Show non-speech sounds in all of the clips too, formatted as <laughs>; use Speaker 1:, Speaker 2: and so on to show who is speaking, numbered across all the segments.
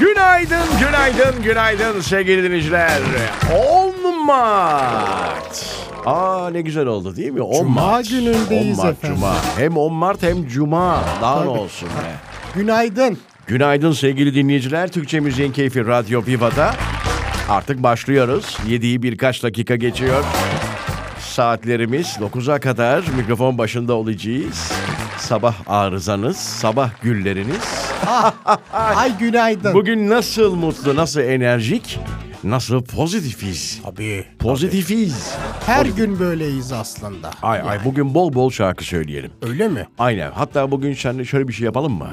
Speaker 1: Günaydın, günaydın, günaydın sevgili dinleyiciler. 10 Mart. Aa ne güzel oldu değil mi? 10
Speaker 2: Cuma
Speaker 1: Mart.
Speaker 2: günündeyiz
Speaker 1: 10 Mart,
Speaker 2: efendim.
Speaker 1: Cuma. Hem 10 Mart hem Cuma. Daha ne
Speaker 2: Tabii.
Speaker 1: olsun be.
Speaker 2: Günaydın.
Speaker 1: Günaydın sevgili dinleyiciler. Türkçe Müziğin Keyfi Radyo Viva'da. Artık başlıyoruz. 7'yi birkaç dakika geçiyor. Saatlerimiz 9'a kadar mikrofon başında olacağız. Sabah arızanız, sabah gülleriniz.
Speaker 2: Ay günaydın.
Speaker 1: Bugün nasıl mutlu, nasıl enerjik, nasıl pozitifiz.
Speaker 2: Tabii.
Speaker 1: Pozitifiz.
Speaker 2: Her gün böyleyiz aslında.
Speaker 1: Ay ay bugün bol bol şarkı söyleyelim.
Speaker 2: Öyle mi?
Speaker 1: Aynen. Hatta bugün şöyle şöyle bir şey yapalım mı?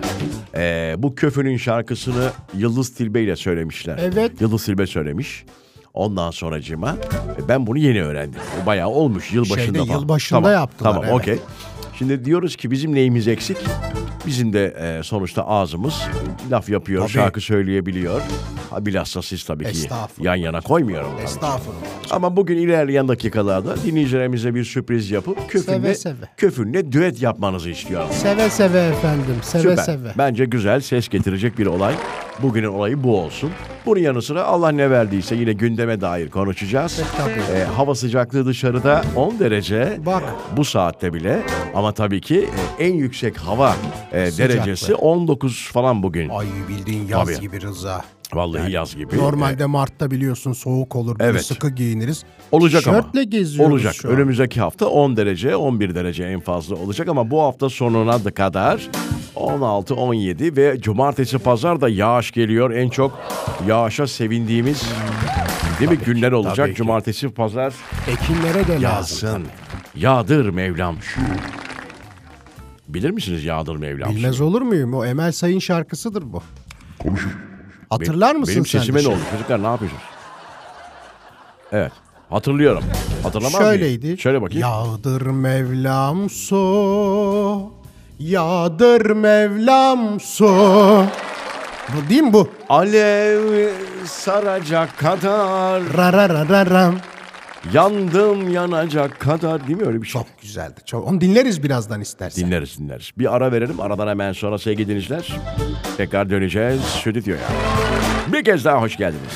Speaker 1: Ee, bu köfünün şarkısını Yıldız Tilbe ile söylemişler.
Speaker 2: Evet.
Speaker 1: Yıldız Tilbe söylemiş. Ondan sonracığıma e, ben bunu yeni öğrendim. E, Bayağı olmuş yılbaşında
Speaker 2: Şeyde,
Speaker 1: falan.
Speaker 2: yılbaşında
Speaker 1: tamam,
Speaker 2: yaptılar,
Speaker 1: Tamam
Speaker 2: evet.
Speaker 1: okey. Şimdi diyoruz ki bizim neyimiz eksik? Bizim de e, sonuçta ağzımız laf yapıyor,
Speaker 2: Tabii.
Speaker 1: şarkı söyleyebiliyor. Ha, bilhassa siz tabii ki
Speaker 2: Estağfurullah.
Speaker 1: yan yana koymuyorum. tabii.
Speaker 2: Estağfurullah.
Speaker 1: Ama bugün ilerleyen dakikalarda dinleyicilerimize bir sürpriz yapıp köfünle,
Speaker 2: Seve seve.
Speaker 1: köfünle düet yapmanızı istiyorum.
Speaker 2: Seve seve efendim. Seve
Speaker 1: Süper.
Speaker 2: seve.
Speaker 1: Bence güzel ses getirecek bir olay. Bugünün olayı bu olsun. Bunun yanı sıra Allah ne verdiyse yine gündeme dair konuşacağız.
Speaker 2: tabii.
Speaker 1: Ee, hava sıcaklığı dışarıda 10 derece.
Speaker 2: Bak.
Speaker 1: Bu saatte bile ama tabii ki e, en yüksek hava e,
Speaker 2: Sıcaklığı.
Speaker 1: derecesi 19 falan bugün.
Speaker 2: Ay bildiğin yaz
Speaker 1: Tabii.
Speaker 2: gibi Rıza.
Speaker 1: Vallahi yaz gibi. E,
Speaker 2: Normalde Mart'ta biliyorsun soğuk olur. böyle
Speaker 1: Evet.
Speaker 2: Sıkı giyiniriz.
Speaker 1: olacak ama.
Speaker 2: Tişörtle geziyoruz
Speaker 1: Olacak.
Speaker 2: şu an.
Speaker 1: Önümüzdeki hafta 10 derece, 11 derece en fazla olacak ama bu hafta sonuna da kadar 16, 17 ve cumartesi pazar da yağış geliyor. En çok yağışa sevindiğimiz değil mi günler olacak.
Speaker 2: tabii ki.
Speaker 1: Cumartesi pazar
Speaker 2: Ekinlere de lazım.
Speaker 1: yağsın. Yağdır Mevlam şu. Bilir misiniz Yağdır Mevlam şu?
Speaker 2: Bilmez olur muyum? O Emel Sayın şarkısıdır bu. Hatırlar mısın
Speaker 1: Benim
Speaker 2: sen? şey? de
Speaker 1: sesime ne
Speaker 2: şimdi?
Speaker 1: oldu? Çocuklar ne yapıyorsunuz? Evet. Hatırlıyorum. Hatırlamaz mıyım?
Speaker 2: Şöyleydi.
Speaker 1: Şöyle bakayım.
Speaker 2: Yağdır Mevlam so. Yağdır Mevlam so. Bu değil mi bu?
Speaker 1: Alev saracak kadar
Speaker 2: Rararararam.
Speaker 1: Yandım yanacak kadar değil mi öyle bir şey?
Speaker 2: Çok güzeldi. Çok. Onu dinleriz birazdan istersen.
Speaker 1: Dinleriz dinleriz. Bir ara verelim aradan hemen sonra sevgili dinleyiciler. Tekrar döneceğiz stüdyoya. Bir kez daha hoş geldiniz.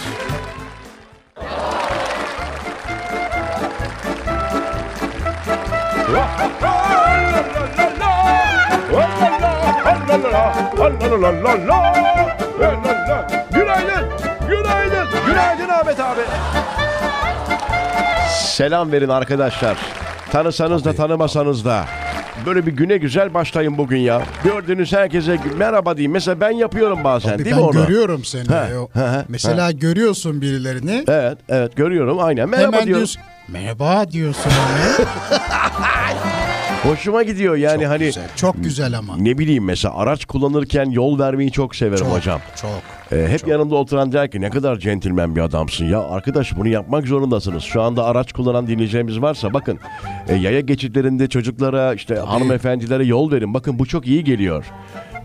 Speaker 1: Günaydın. Günaydın. Günaydın Ahmet abi. Selam verin arkadaşlar. Tanısanız da tanımasanız da. Böyle bir güne güzel başlayın bugün ya. Gördüğünüz herkese gü- merhaba diyeyim. Mesela ben yapıyorum bazen
Speaker 3: Abi
Speaker 1: değil
Speaker 3: ben
Speaker 1: mi onu?
Speaker 3: görüyorum seni.
Speaker 1: He,
Speaker 3: O-
Speaker 1: he, he.
Speaker 3: Mesela görüyorsun birilerini.
Speaker 1: Evet, evet görüyorum aynen. Merhaba
Speaker 3: hemen
Speaker 1: diyorum.
Speaker 3: diyorsun. Merhaba diyorsun ona.
Speaker 1: Hoşuma gidiyor <laughs> yani hani
Speaker 3: Güzel, Çok güzel ama.
Speaker 1: ne bileyim mesela araç kullanırken yol vermeyi çok severim
Speaker 3: Çok,
Speaker 1: hocam.
Speaker 3: Çok.
Speaker 1: Ee, hep yanımda oturan der ki ne kadar centilmen bir adamsın ya. Arkadaş bunu yapmak zorundasınız. Şu anda araç kullanan dinleyeceğimiz varsa bakın e, yaya geçitlerinde çocuklara işte hanımefendilere yol verin. Bakın bu çok iyi geliyor.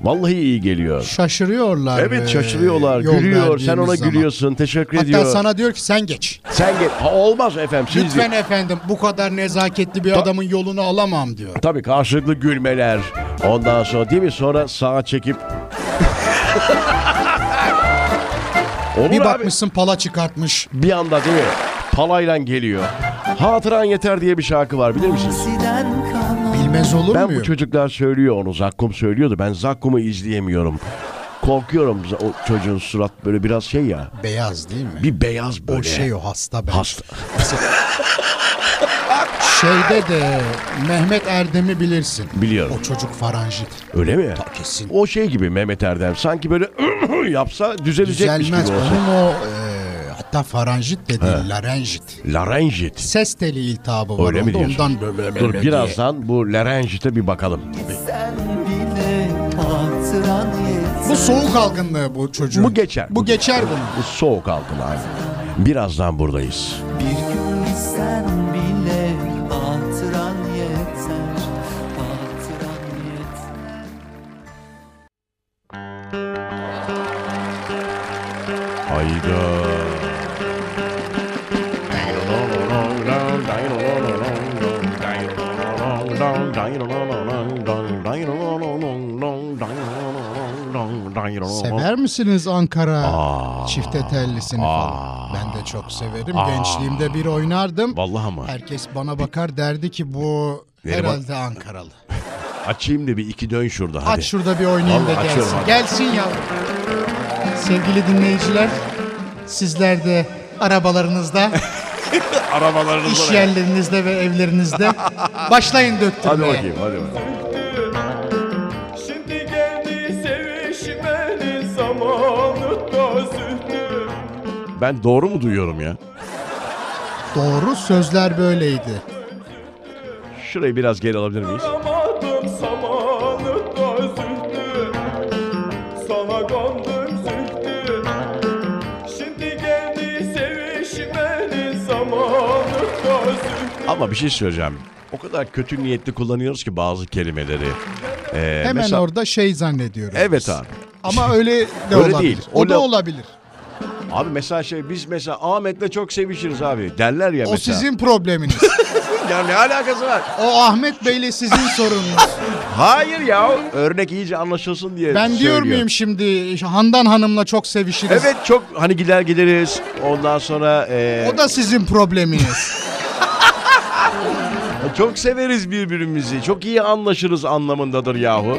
Speaker 1: Vallahi iyi geliyor.
Speaker 3: Şaşırıyorlar.
Speaker 1: Evet
Speaker 3: e,
Speaker 1: şaşırıyorlar.
Speaker 3: yol
Speaker 1: Gülüyor. Sen
Speaker 3: verdiğimiz
Speaker 1: ona
Speaker 3: zaman.
Speaker 1: gülüyorsun. Teşekkür
Speaker 3: Hatta
Speaker 1: ediyor.
Speaker 3: sana diyor ki sen geç.
Speaker 1: Sen gel. Ha, olmaz efendim. Siz
Speaker 3: Lütfen efendim bu kadar nezaketli bir adamın yolunu alamam diyor.
Speaker 1: Tabii karşılıklı gülmeler. Ondan sonra değil mi? Sonra sağa çekip... Olur
Speaker 3: Bir
Speaker 1: abi.
Speaker 3: bakmışsın pala çıkartmış.
Speaker 1: Bir anda değil mi? Palayla geliyor. Hatıran yeter diye bir şarkı var bilir misiniz?
Speaker 3: Bilmez olur
Speaker 1: Ben bu
Speaker 3: muyum?
Speaker 1: çocuklar söylüyor onu. Zakkum söylüyordu. Ben Zakkum'u izleyemiyorum. Korkuyorum o çocuğun surat böyle biraz şey ya.
Speaker 3: Beyaz değil mi?
Speaker 1: Bir beyaz böyle.
Speaker 3: o şey o hasta ben. <laughs>
Speaker 1: Hasta.
Speaker 3: Şeyde de Mehmet Erdem'i bilirsin.
Speaker 1: Biliyorum.
Speaker 3: O çocuk faranjit.
Speaker 1: Öyle mi?
Speaker 3: kesin.
Speaker 1: O şey gibi Mehmet Erdem. Sanki böyle <clears throat> yapsa düzelecekmiş
Speaker 3: Düzelmez.
Speaker 1: gibi olsa.
Speaker 3: Onun o e, hatta faranjit de değil, larenjit.
Speaker 1: Larenjit.
Speaker 3: Ses teli iltihabı var.
Speaker 1: Öyle mi
Speaker 3: onda,
Speaker 1: diyorsun?
Speaker 3: Ondan böyle böyle
Speaker 1: Dur
Speaker 3: diye.
Speaker 1: birazdan bu Larenjit'e bir bakalım.
Speaker 4: Sen bile hatıran yeter.
Speaker 3: Bu soğuk algınlığı bu çocuğun.
Speaker 1: Bu geçer.
Speaker 3: Bu geçer bunun.
Speaker 1: Bu soğuk algın aynı. Birazdan buradayız.
Speaker 4: Bir gün sen bile hatıran yeter. Hatıran yeter.
Speaker 1: Hayda.
Speaker 2: Sever misiniz Ankara çifte tellisini
Speaker 1: aa,
Speaker 2: falan? Ben de çok severim. Gençliğimde bir oynardım.
Speaker 1: Vallahi ama.
Speaker 2: Herkes bana bakar derdi ki bu
Speaker 1: Neriman-
Speaker 2: herhalde Ankaralı.
Speaker 1: Açayım da bir iki dön şurada hadi.
Speaker 2: Aç şurada bir oynayayım da
Speaker 1: Vallahi açıyorum
Speaker 2: gelsin.
Speaker 1: abi.
Speaker 2: Gelsin ya. Sevgili dinleyiciler, sizler de arabalarınızda,
Speaker 1: <laughs> Arabalarınızı
Speaker 2: iş
Speaker 1: da-
Speaker 2: yerlerinizde
Speaker 1: <laughs>
Speaker 2: ve evlerinizde başlayın döktürmeye.
Speaker 1: Hadi bakayım hadi bakayım.
Speaker 5: Şimdi geldi sevişmenin zamanı da zühtü
Speaker 1: Ben doğru mu duyuyorum ya?
Speaker 2: Doğru sözler böyleydi.
Speaker 1: Şurayı biraz geri alabilir miyiz?
Speaker 5: Bulamadım samanı da zühtü Sana kandım zühtü Şimdi geldi sevişmenin zamanı da zühtü
Speaker 1: Ama bir şey söyleyeceğim. O kadar kötü niyetli kullanıyoruz ki bazı kelimeleri. Ee,
Speaker 2: Hemen
Speaker 1: mesela-
Speaker 2: orada şey zannediyoruz.
Speaker 1: Evet
Speaker 2: biz.
Speaker 1: abi.
Speaker 2: Ama öyle de
Speaker 1: Öyle
Speaker 2: olabilir.
Speaker 1: değil.
Speaker 2: O,
Speaker 1: O
Speaker 2: da
Speaker 1: la-
Speaker 2: olabilir.
Speaker 1: Abi mesela şey biz mesela Ahmet'le çok sevişiriz abi. Derler ya
Speaker 2: O
Speaker 1: E mesela.
Speaker 2: sizin probleminiz.
Speaker 1: Ya ne alakası var?
Speaker 2: o Ahmet Bey'le sizin sorununuz.
Speaker 1: <laughs> Hayır ya. Örnek iyice anlaşılsın diye
Speaker 2: Ben diyor
Speaker 1: söylüyor.
Speaker 2: muyum şimdi Handan Hanım'la çok sevişiriz.
Speaker 1: Evet çok hani gider geliriz. Ondan sonra ee,
Speaker 2: O da sizin probleminiz.
Speaker 1: Çok severiz birbirimizi. Çok iyi anlaşırız anlamındadır yahu.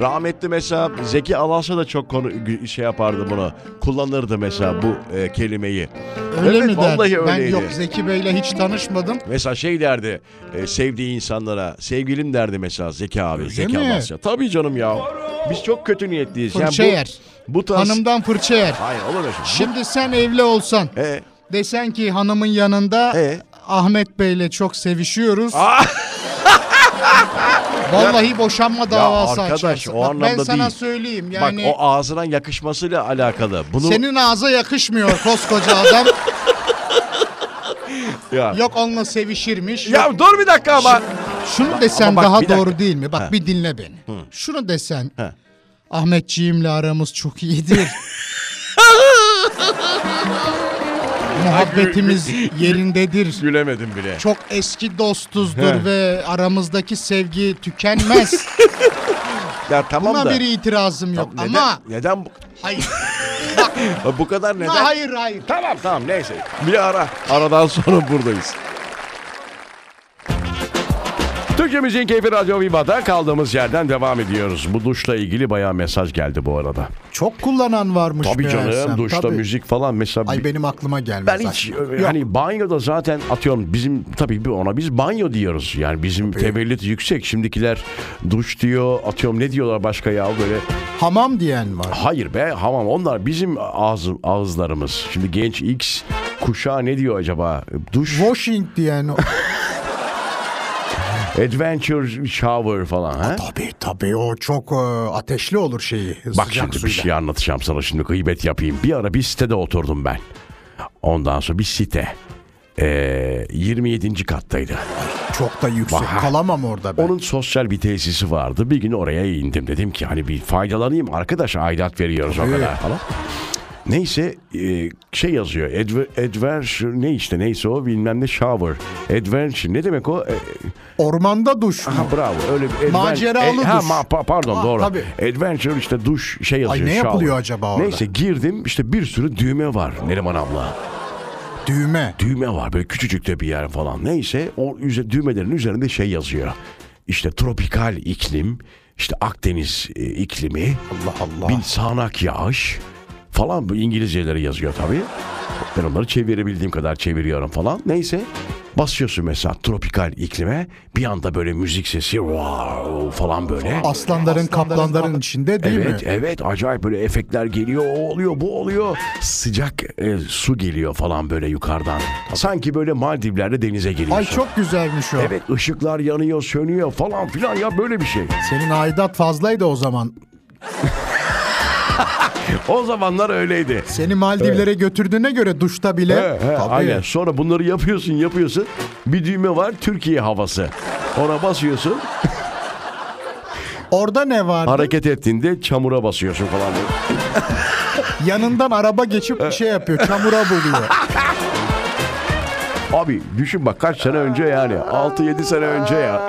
Speaker 1: Rahmetli mesela Zeki Alasya da çok konu gü- şey yapardı bunu. Kullanırdı mesela bu e, kelimeyi.
Speaker 2: Öyle
Speaker 1: evet,
Speaker 2: mi der?
Speaker 1: vallahi
Speaker 2: Ben
Speaker 1: öyleydi.
Speaker 2: yok Zeki Bey'le hiç tanışmadım.
Speaker 1: Mesela şey derdi e, sevdiği insanlara. Sevgilim derdi mesela Zeki abi. Zeki
Speaker 2: mi?
Speaker 1: Alasya. Tabii canım ya. Biz çok kötü niyetliyiz.
Speaker 2: Fırça
Speaker 1: bu,
Speaker 2: yer.
Speaker 1: Bu tarz...
Speaker 2: Hanımdan fırça yer.
Speaker 1: Hayır olur mu? şimdi?
Speaker 2: Şimdi sen evli olsan
Speaker 1: E,
Speaker 2: desen ki hanımın yanında
Speaker 1: E?
Speaker 2: Ahmet Bey'le çok sevişiyoruz. <laughs> Vallahi boşanma davası
Speaker 1: arkadaş,
Speaker 2: açarsın.
Speaker 1: o
Speaker 2: Bak ben
Speaker 1: anlamda
Speaker 2: sana
Speaker 1: değil.
Speaker 2: söyleyeyim yani
Speaker 1: Bak o ağzına yakışmasıyla alakalı. Bunu
Speaker 2: senin ağza yakışmıyor koskoca adam.
Speaker 1: ya.
Speaker 2: Yok onunla sevişirmiş.
Speaker 1: ya dur bir dakika ama.
Speaker 2: Şunu desen
Speaker 1: ama bak, bir
Speaker 2: daha
Speaker 1: dakika.
Speaker 2: doğru değil mi? Bak
Speaker 1: Ha.
Speaker 2: bir dinle beni. Şunu desen.
Speaker 1: Ha.
Speaker 2: Ahmetciğimle aramız
Speaker 1: <laughs>
Speaker 2: çok iyidir. Muhabbetimiz
Speaker 1: <laughs>
Speaker 2: yerindedir.
Speaker 1: Gülemedim bile.
Speaker 2: Çok eski
Speaker 1: He.
Speaker 2: dostuzdur ve aramızdaki sevgi
Speaker 1: <laughs>
Speaker 2: tükenmez.
Speaker 1: Ya tamam
Speaker 2: Buna
Speaker 1: da.
Speaker 2: bir itirazım yok
Speaker 1: Neden-
Speaker 2: ama
Speaker 1: neden bu, <laughs>
Speaker 2: hayır.
Speaker 1: Ha, bu kadar neden?
Speaker 2: hayır hayır.
Speaker 1: Tamam tamam neyse. Bir ara. Aradan sonra buradayız. Türkçe Müziğin Keyfi Radyo Viva'da kaldığımız yerden devam ediyoruz. Bu duşla ilgili bayağı mesaj geldi bu arada.
Speaker 2: Çok kullanan varmış
Speaker 1: Tabii canım
Speaker 2: meğersem,
Speaker 1: duşta
Speaker 2: tabii.
Speaker 1: müzik falan mesela
Speaker 2: Ay
Speaker 1: bir-
Speaker 2: benim aklıma gelmez.
Speaker 1: ben hiç
Speaker 2: aslında.
Speaker 1: e, hani banyoda zaten atıyorum bizim tabii bir ona biz banyo diyoruz. Yani bizim tevellüt yüksek. Şimdikiler duş diyor atıyorum ne diyorlar başka ya böyle
Speaker 2: Hamam diyen var.
Speaker 1: Hayır be hamam onlar bizim ağız, ağızlarımız. Şimdi genç X kuşağı ne diyor acaba? Duş,
Speaker 2: Washing diyen.
Speaker 1: adventure shower falan ha?
Speaker 2: tabii tabii o çok e, ateşli olur şeyi.
Speaker 1: Bak
Speaker 2: sıcak
Speaker 1: şimdi bir
Speaker 2: suyla.
Speaker 1: şey anlatacağım sana şimdi gıybet yapayım. Bir ara bir sitede oturdum ben. Ondan sonra bir site. Ee, 27. kattaydı.
Speaker 2: Çok da yüksek.
Speaker 1: Vah.
Speaker 2: Kalamam orada ben.
Speaker 1: Onun sosyal bir tesisi vardı. Bir gün oraya indim. Dedim ki hani bir faydalanayım arkadaş aidat veriyoruz o kadar falan. Neyse e, şey yazıyor. Adver- Adventure ne işte neyse o bilmem ne shower. Adventure ne demek o? E,
Speaker 2: Ormanda duş. mu?
Speaker 1: ha, bravo öyle bir adven-
Speaker 2: Maceralı
Speaker 1: e, ha,
Speaker 2: duş.
Speaker 1: ma- pa- pardon
Speaker 2: Ha,
Speaker 1: doğru.
Speaker 2: tabii.
Speaker 1: Adventure işte duş şey yazıyor.
Speaker 2: ne
Speaker 1: shower.
Speaker 2: yapılıyor acaba orada?
Speaker 1: Neyse girdim işte bir sürü düğme var Neriman abla.
Speaker 2: Düğme.
Speaker 1: Düğme var böyle küçücük de bir yer falan. Neyse o üze- düğmelerin üzerinde şey yazıyor. İşte tropikal iklim, işte Akdeniz e, iklimi,
Speaker 2: Allah Allah.
Speaker 1: bir sağanak yağış falan bu İngilizceleri yazıyor tabii. Ben onları çevirebildiğim kadar çeviriyorum falan. Neyse basıyorsun mesela tropikal iklime bir anda böyle müzik sesi wow falan böyle.
Speaker 2: Aslanların, kaplanların içinde değil
Speaker 1: Evet
Speaker 2: mi?
Speaker 1: evet acayip böyle efektler geliyor o oluyor bu oluyor sıcak e, su geliyor falan böyle yukarıdan sanki böyle Maldivler'de denize giriyorsun.
Speaker 2: Ay çok güzelmiş o.
Speaker 1: Evet ışıklar yanıyor sönüyor falan filan ya böyle bir şey.
Speaker 2: Senin aidat fazlaydı o zaman.
Speaker 1: O zamanlar öyleydi.
Speaker 2: Seni Maldivlere götürdüğüne göre duşta bile.
Speaker 1: He, he,
Speaker 2: Tabii.
Speaker 1: aynen. Sonra bunları yapıyorsun yapıyorsun. Bir düğme var Türkiye havası. Ona basıyorsun.
Speaker 2: Orada ne var?
Speaker 1: Hareket ettiğinde çamura basıyorsun falan. böyle.
Speaker 2: Yanından araba geçip bir şey yapıyor. Çamura
Speaker 1: <laughs>
Speaker 2: buluyor.
Speaker 1: Abi düşün bak kaç sene önce yani. 6-7 sene önce ya.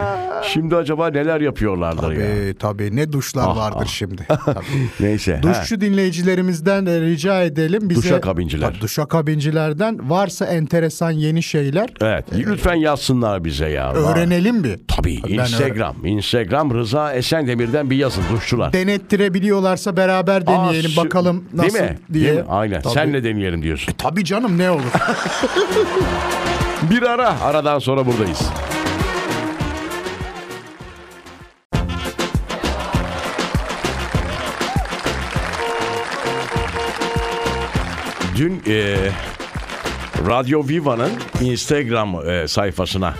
Speaker 1: Şimdi acaba neler yapıyorlardır ya.
Speaker 2: Tabii Ee, tabii ne duşlar vardır
Speaker 1: <laughs>
Speaker 2: şimdi. Tabii.
Speaker 1: Neyse. ha.
Speaker 2: Duşçu dinleyicilerimizden de rica edelim bize
Speaker 1: Duşakabinciler.
Speaker 2: Tabii, duşakabincilerden varsa enteresan yeni şeyler
Speaker 1: Evet. Lütfen yazsınlar bize ya.
Speaker 2: öğrenelim bir.
Speaker 1: Tabii.
Speaker 2: Ee, Ben
Speaker 1: Instagram. Instagram Rıza Esendemir'den bir yazın duşçular.
Speaker 2: Denettirebiliyorlarsa beraber
Speaker 1: Aa,
Speaker 2: deneyelim
Speaker 1: sü-
Speaker 2: bakalım nasıl
Speaker 1: Değil mi?
Speaker 2: diye.
Speaker 1: Değil mi? Aynen.
Speaker 2: Tabii.
Speaker 1: Senle deneyelim diyorsun.
Speaker 2: Tabii canım
Speaker 1: <laughs>
Speaker 2: ne olur.
Speaker 1: Bir ara. Aradan sonra buradayız. Dün e, Radyo Viva'nın Instagram e, sayfasına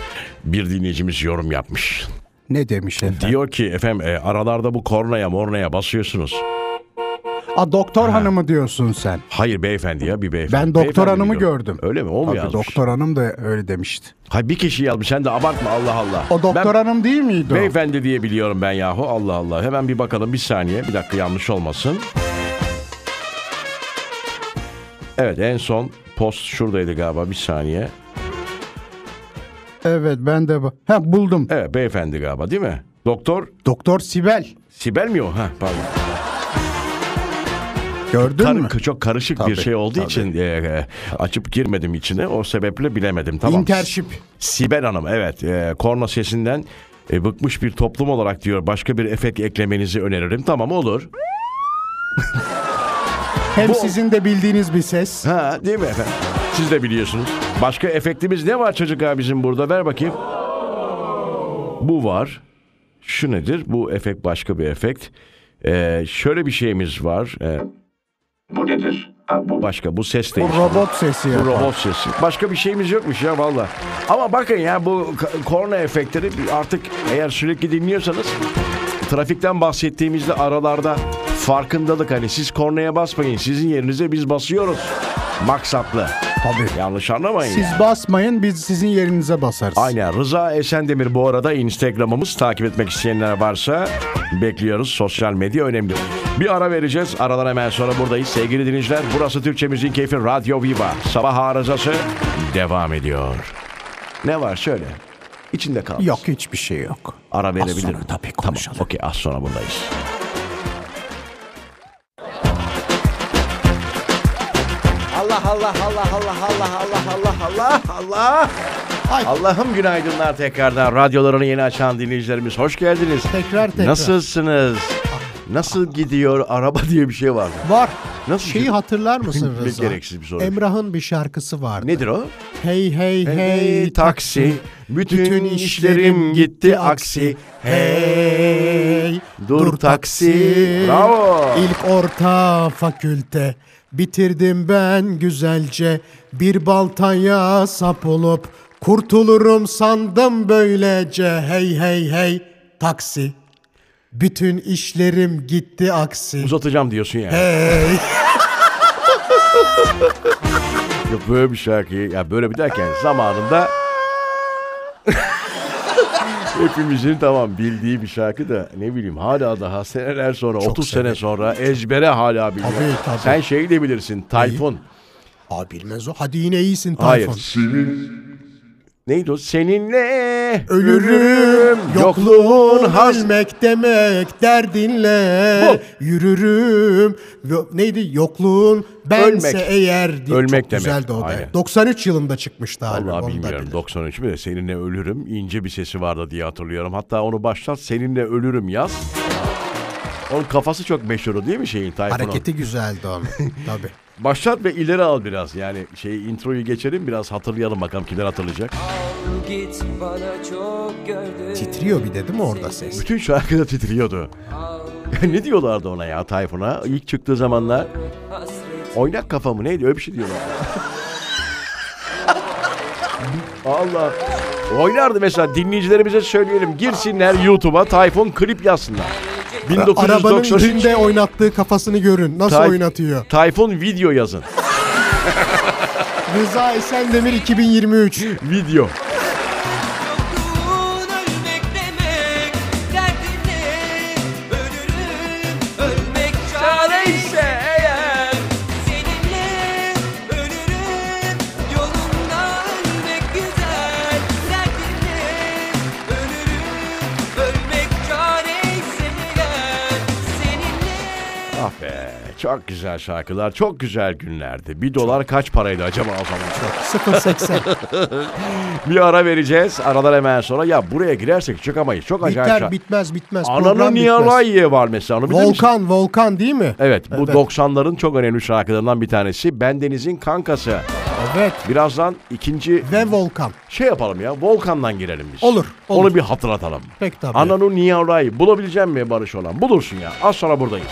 Speaker 1: bir dinleyicimiz yorum yapmış.
Speaker 2: ne demiş efendim?
Speaker 1: Diyor ki efendim e, aralarda bu kornaya mornaya basıyorsunuz.
Speaker 2: A doktor hanımı diyorsun sen.
Speaker 1: Hayır beyefendi ya bir beyefendi.
Speaker 2: Ben doktor
Speaker 1: Beyefendi
Speaker 2: hanımı
Speaker 1: miydi o?
Speaker 2: gördüm.
Speaker 1: Öyle mi? O mu
Speaker 2: Tabii
Speaker 1: yazmış?
Speaker 2: doktor hanım da öyle demişti.
Speaker 1: Hayır bir kişi yazmış sen de abartma Allah Allah.
Speaker 2: O doktor
Speaker 1: Ben
Speaker 2: hanım değil miydi o?
Speaker 1: Beyefendi diye biliyorum ben yahu Allah Allah. Hemen bir bakalım bir saniye bir dakika yanlış olmasın. Evet en son post şuradaydı galiba bir saniye.
Speaker 2: Evet ben de bu- ha, buldum.
Speaker 1: Evet beyefendi galiba değil mi? Doktor
Speaker 2: Doktor Sibel.
Speaker 1: Sibel mi o? Ha pardon.
Speaker 2: Gördün
Speaker 1: Kar-
Speaker 2: mü?
Speaker 1: çok karışık bir
Speaker 2: Tabii,
Speaker 1: şey olduğu
Speaker 2: tabii.
Speaker 1: için e, e, açıp girmedim içine. O sebeple bilemedim. Tamam.
Speaker 2: Internship.
Speaker 1: Sibel Hanım evet e, korna sesinden e, bıkmış bir toplum olarak diyor başka bir efekt eklemenizi öneririm. Tamam olur.
Speaker 2: Hem sizin de bildiğiniz bir ses.
Speaker 1: Ha değil mi efendim? Siz de biliyorsunuz. Başka efektimiz ne var çocuk abi bizim burada? Ver bakayım. Bu var. Şu nedir? Bu efekt başka bir efekt. E, şöyle bir şeyimiz var. E,
Speaker 6: Bu nedir? Ha, bu
Speaker 1: başka bu ses
Speaker 2: Bu
Speaker 1: değil.
Speaker 2: robot sesi.
Speaker 1: Bu
Speaker 2: yapar.
Speaker 1: robot sesi. Başka bir şeyimiz yokmuş ya valla. Ama bakın ya bu k- korna efektleri artık eğer sürekli dinliyorsanız trafikten bahsettiğimizde aralarda farkındalık hani siz kornaya basmayın sizin yerinize biz basıyoruz maksatlı.
Speaker 2: Tabii.
Speaker 1: Yanlış anlamayın.
Speaker 2: Siz basmayın biz sizin yerinize basarız.
Speaker 1: Aynen Rıza Esendemir bu arada Instagram'ımız takip etmek isteyenler varsa bekliyoruz. Sosyal medya önemli. Bir ara vereceğiz. Aradan hemen sonra buradayız. Sevgili dinleyiciler burası Türkçe Müziğin Keyfi Radyo Viva. Sabah arızası devam ediyor. Ne var söyle. İçinde kal.
Speaker 2: Yok hiçbir şey yok.
Speaker 1: Ara verebilir
Speaker 2: sonra
Speaker 1: miyim?
Speaker 2: tabii konuşalım.
Speaker 1: Tamam. Okey az sonra buradayız. Allah Allah Allah Allah Allah Allah Allah Allah Allah. Allah'ım günaydınlar tekrardan. Radyolarını yeni açan dinleyicilerimiz hoş geldiniz.
Speaker 2: Tekrar tekrar.
Speaker 1: Nasılsınız?
Speaker 2: Ah.
Speaker 1: Nasıl gidiyor araba diye bir şey var. mı?
Speaker 2: Var.
Speaker 1: Nasıl
Speaker 2: Şeyi
Speaker 1: gidiyor?
Speaker 2: hatırlar mısın
Speaker 1: Ne
Speaker 2: Rıza?
Speaker 1: gereksiz <laughs> bir soru.
Speaker 2: Emrah'ın bir şarkısı vardı.
Speaker 1: Nedir o?
Speaker 2: Hey hey hey,
Speaker 1: Hey taksi, bütün işlerim gitti aksi. Hey, dur taksi. Bravo.
Speaker 2: İlk orta fakülte bitirdim ben güzelce. Bir baltaya sap olup kurtulurum sandım böylece. Hey hey hey taksi. Bütün işlerim gitti aksi.
Speaker 1: Uzatacağım diyorsun yani. Hey. <laughs> ya böyle bir şarkıyı, ya böyle bir derken zamanında <laughs> hepimizin tamam bildiği bir şarkı da ne bileyim hala daha seneler sonra 30 sene sonra ezbere hala biliyor.
Speaker 2: Tabii, tabii.
Speaker 1: Sen şeyi de bilirsin Tayfun.
Speaker 2: Aa bilmez o. Hadi yine iyisin
Speaker 1: Hayır.
Speaker 2: Tayfun.
Speaker 1: Neydi o? Seninle
Speaker 2: Ölürüm yokluğun
Speaker 1: has
Speaker 2: hazmek demek derdinle yürürüm Yo- neydi yokluğun bense
Speaker 1: Ölmek.
Speaker 2: eğer diye
Speaker 1: Ölmek
Speaker 2: çok
Speaker 1: demek.
Speaker 2: güzeldi o da.
Speaker 1: Aynen.
Speaker 2: 93 yılında çıkmıştı albüm
Speaker 1: Vallahi
Speaker 2: onu da
Speaker 1: bilmiyorum.
Speaker 2: bilir.
Speaker 1: 93 mi de seninle ölürüm ince bir sesi vardı diye hatırlıyorum. Hatta onu başlat seninle ölürüm yaz. Onun kafası çok meşhur değil mi şeyin Tayfun'un?
Speaker 2: Hareketi
Speaker 1: <laughs>
Speaker 2: güzeldi onun tabi.
Speaker 1: Başlat ve ileri al biraz. Yani şey introyu geçelim biraz hatırlayalım bakalım kimler hatırlayacak.
Speaker 7: Git bana çok gördün.
Speaker 2: Titriyor bir de değil mi orada ses?
Speaker 1: Bütün şarkıda titriyordu. <laughs> ne diyorlardı ona ya Tayfun'a? İlk çıktığı zamanlar
Speaker 7: Hasret
Speaker 1: oynak kafamı neydi öyle bir şey diyorlar. <laughs> Allah. Oynardı mesela dinleyicilerimize söyleyelim girsinler YouTube'a Tayfun klip yazsınlar.
Speaker 2: Arabanın
Speaker 1: 1993
Speaker 2: içinde oynattığı kafasını görün nasıl
Speaker 1: Tay-
Speaker 2: oynatıyor.
Speaker 1: Tayfun video yazın.
Speaker 2: Rıza Esendemir 2023.
Speaker 1: Video.
Speaker 7: yokluğun ölmek demek derdinle ölürüm ölmek çareyse eğer seninle ölürüm yolunda ölmek güzel derdinle ölürüm
Speaker 1: Ah be çok güzel şarkılar çok güzel günlerdi. Bir dolar kaç paraydı acaba o zaman? <laughs>
Speaker 2: 0.80.
Speaker 1: Bir ara vereceğiz. Aralar hemen sonra ya buraya girersek çıkamayız. Çok acayip. şarkı.
Speaker 2: Biter bitmez bitmez.
Speaker 1: Ananın
Speaker 2: Program bitmez.
Speaker 1: Niyalayye var mesela. Onu bilir misin?
Speaker 2: Volkan Volkan değil mi?
Speaker 1: Evet bu 90'ların çok önemli şarkılarından bir tanesi. Bendeniz'in kankası.
Speaker 2: Evet.
Speaker 1: Birazdan ikinci
Speaker 2: Ve Volkan.
Speaker 1: şey yapalım ya. Volkan'dan girelim biz.
Speaker 2: Olur, olur.
Speaker 1: Onu bir hatırlatalım.
Speaker 2: Pek tabii.
Speaker 1: Ananın Niyalayye bulabileceğim mi Barış olan? Bulursun ya. Az sonra buradayız.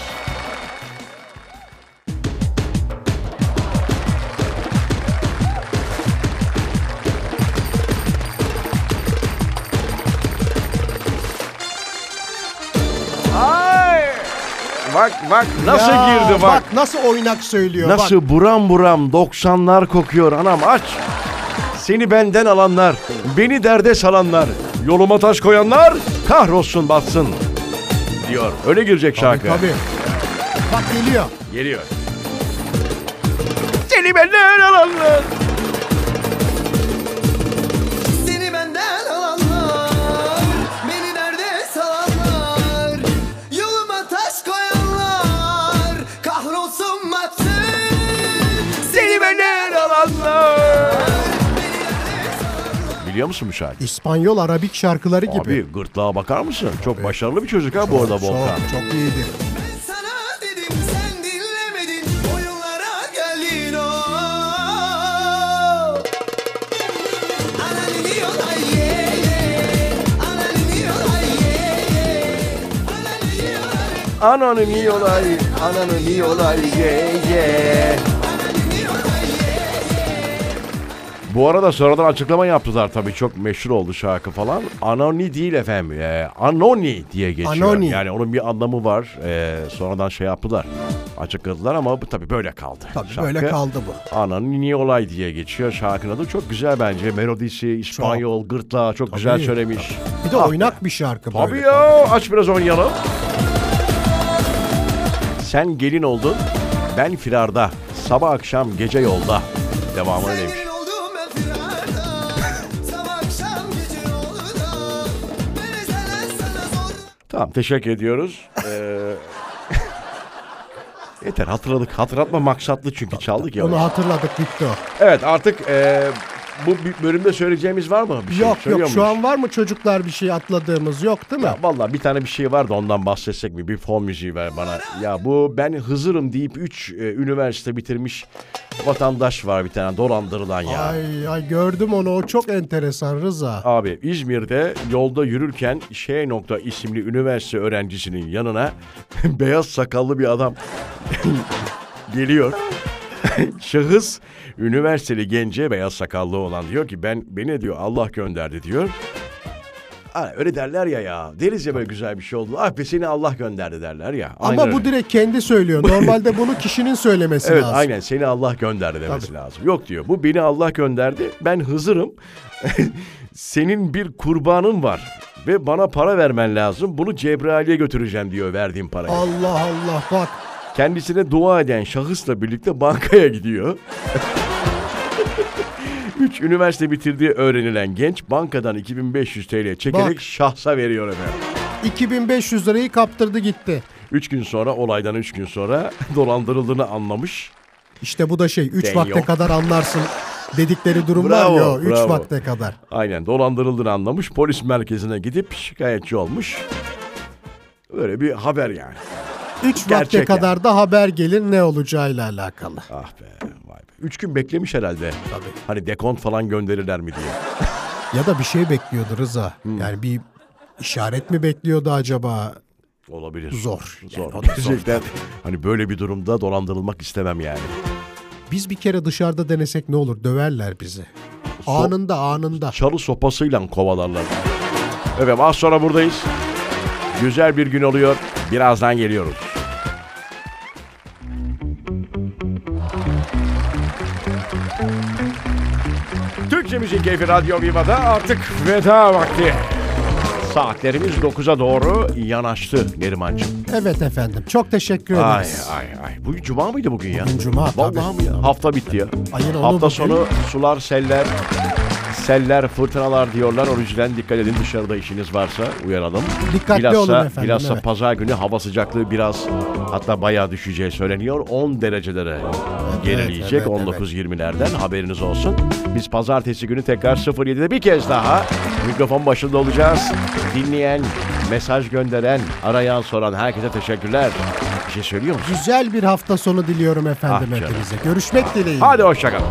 Speaker 1: Ay! Bak bak nasıl
Speaker 2: Ya,
Speaker 1: girdi bak.
Speaker 2: Nasıl oynak söylüyor bak.
Speaker 1: Nasıl buram buram 90'lar kokuyor anam aç. Seni benden alanlar, beni derde salanlar, yoluma taş koyanlar kahrolsun batsın diyor. Öyle girecek şarkı.
Speaker 2: E, Tabii. Bak geliyor.
Speaker 1: Geliyor. Seni benden alanlar.
Speaker 4: Seni benden alanlar Beni derde salanlar Yoluma taş koyanlar Kahrolsun batsın Seni benden
Speaker 1: Biliyor musun bu şarkıyı?
Speaker 2: İspanyol Arabik şarkıları gibi.
Speaker 1: Abi gırtlağa bakar mısın? Çok başarılı bir çocuk ha bu arada Volkan.
Speaker 2: Çok, çok iyiydi.
Speaker 4: Sana dedim sen dinlemedin Oyunlara geldin o Ananı diyor ay ye ye Ananı diyor ay ye ye Ananı diyor ay
Speaker 1: Ananı niye olay, ananı niye olay, ye ye. Bu arada sonradan açıklama yaptılar tabii çok meşhur oldu şarkı falan. Anoni değil efendim. Ee, Anoni diye geçiyor.
Speaker 2: Anoni.
Speaker 1: Yani onun bir anlamı var. Ee, sonradan şey yaptılar. Açıkladılar ama bu tabii böyle kaldı.
Speaker 2: Tabii
Speaker 1: Şarkı
Speaker 2: böyle kaldı bu.
Speaker 1: Ananın niye olay diye geçiyor şarkının adı. Çok güzel bence. Melodisi, İspanyol, gırtlağı çok güzel söylemiş.
Speaker 2: Bir de
Speaker 1: Ah be.
Speaker 2: oynak bir şarkı
Speaker 1: Tabii
Speaker 2: böyle.
Speaker 1: ya aç biraz oynayalım. Sen gelin oldun, ben firarda. Sabah akşam gece yolda. Devamı öyleymiş.
Speaker 4: Senin oldum ben firarda Sabah akşam gece yolda Beni sana sana zor
Speaker 1: Tamam teşekkür ediyoruz. Ee, <laughs> Yeter hatırladık. Hatırlatma maksatlı çünkü çaldık ya.
Speaker 2: Onu hatırladık bitti o.
Speaker 1: Evet artık e, bu bir bölümde söyleyeceğimiz var mı? Bir şey
Speaker 2: Yok
Speaker 1: söylüyor
Speaker 2: yok şu
Speaker 1: muyuz?
Speaker 2: an var mı çocuklar bir şey atladığımız yok değil mi?
Speaker 1: Ya vallahi bir tane bir şey vardı ondan bahsetsek mi? Bir fon müziği ver bana. Ya bu ben Hızır'ım deyip 3 üniversite bitirmiş vatandaş var bir tane dolandırılan ya.
Speaker 2: Ay ay gördüm onu o çok enteresan Rıza.
Speaker 1: Abi İzmir'de yolda yürürken Ş nokta isimli üniversite öğrencisinin yanına <laughs> beyaz sakallı bir adam <laughs> geliyor. <laughs> Şahıs üniversiteli gence beyaz sakallı olan diyor ki ben beni diyor Allah gönderdi diyor. Ha, öyle derler ya ya. Deriz ya böyle güzel bir şey oldu. Ah be seni Allah gönderdi derler ya.
Speaker 2: Ama
Speaker 1: Aynen
Speaker 2: bu
Speaker 1: öyle.
Speaker 2: direkt
Speaker 1: <laughs>
Speaker 2: kendi söylüyor. Normalde bunu kişinin söylemesi
Speaker 1: Evet
Speaker 2: lazım.
Speaker 1: aynen seni Allah gönderdi demesi lazım. Yok diyor bu beni Allah gönderdi ben Hızır'ım. <laughs> Senin bir kurbanın var ve bana para vermen lazım. Bunu Cebrail'e götüreceğim diyor verdiğim parayı.
Speaker 2: Allah Allah bak.
Speaker 1: Kendisine dua eden şahısla birlikte bankaya gidiyor. <laughs> Üç üniversite bitirdiği öğrenilen genç bankadan 2500 TL çekerek
Speaker 2: Bak.
Speaker 1: şahsa veriyor efendim.
Speaker 2: 2500 lirayı kaptırdı gitti.
Speaker 1: Üç gün sonra olaydan üç gün sonra <laughs> dolandırıldığını anlamış.
Speaker 2: İşte bu da şey 3
Speaker 1: Den
Speaker 2: vakte
Speaker 1: yok.
Speaker 2: kadar anlarsın dedikleri durum
Speaker 1: Bravo,
Speaker 2: var ya 3
Speaker 1: bravo.
Speaker 2: vakte kadar.
Speaker 1: Aynen dolandırıldığını anlamış. Polis merkezine gidip şikayetçi olmuş. Böyle bir haber yani.
Speaker 2: 3
Speaker 1: Gerçek
Speaker 2: vakte
Speaker 1: yani.
Speaker 2: kadar da haber gelir ne olacağıyla alakalı.
Speaker 1: Ah be vay be. Üç gün beklemiş herhalde. Tabii. Hani dekont falan gönderirler mi diye.
Speaker 2: Ya da bir şey bekliyordu Rıza.
Speaker 1: Hmm.
Speaker 2: Yani bir işaret mi bekliyordu acaba?
Speaker 1: Olabilir.
Speaker 2: Zor. Yani
Speaker 1: Zor.
Speaker 2: o da zor.
Speaker 1: Gerçekten hani böyle bir durumda dolandırılmak istemem yani.
Speaker 2: Biz bir kere dışarıda denesek ne olur? Döverler bizi. Anında anında.
Speaker 1: Çalı sopasıyla kovalarlar. Evet az sonra buradayız. Güzel bir gün oluyor. Birazdan geliyoruz. Türkçe Müzik Keyfi Radyo Viva'da artık veda vakti. Saatlerimiz 9'a doğru yanaştı Nerimancığım.
Speaker 2: Evet efendim. Çok tekkür
Speaker 1: Ay
Speaker 2: ederiz.
Speaker 1: ay ay. Bugün cuma mıydı bugün ya?
Speaker 2: Bugün cuma,
Speaker 1: Vallahi
Speaker 2: tabii.
Speaker 1: mi ya? Hafta bitti ya.
Speaker 2: Ayın onu
Speaker 1: Hafta
Speaker 2: bugün.
Speaker 1: sonu sular, seller, seller, fırtınalar diyorlar. O yüzden dikkat edin dışarıda işiniz varsa uyaralım.
Speaker 2: Dikkatli
Speaker 1: bilhassa,
Speaker 2: olun efendim,
Speaker 1: Bilhassa
Speaker 2: evet.
Speaker 1: pazar günü hava sıcaklığı biraz hatta bayağı düşeceği söyleniyor. 10 derecelere gerileyecek.
Speaker 2: evet, evet.
Speaker 1: 19-20'lerden haberiniz olsun. Biz pazartesi günü tekrar 07'de bir kez daha mikrofon başında olacağız. Dinleyen, mesaj gönderen, arayan, soran herkese teşekkürler. Bir şey söylüyor musun?
Speaker 2: Güzel bir hafta sonu diliyorum efendim
Speaker 1: Ah canım.
Speaker 2: hepinize. Görüşmek dileğiyle.
Speaker 1: Hadi hoşçakalın.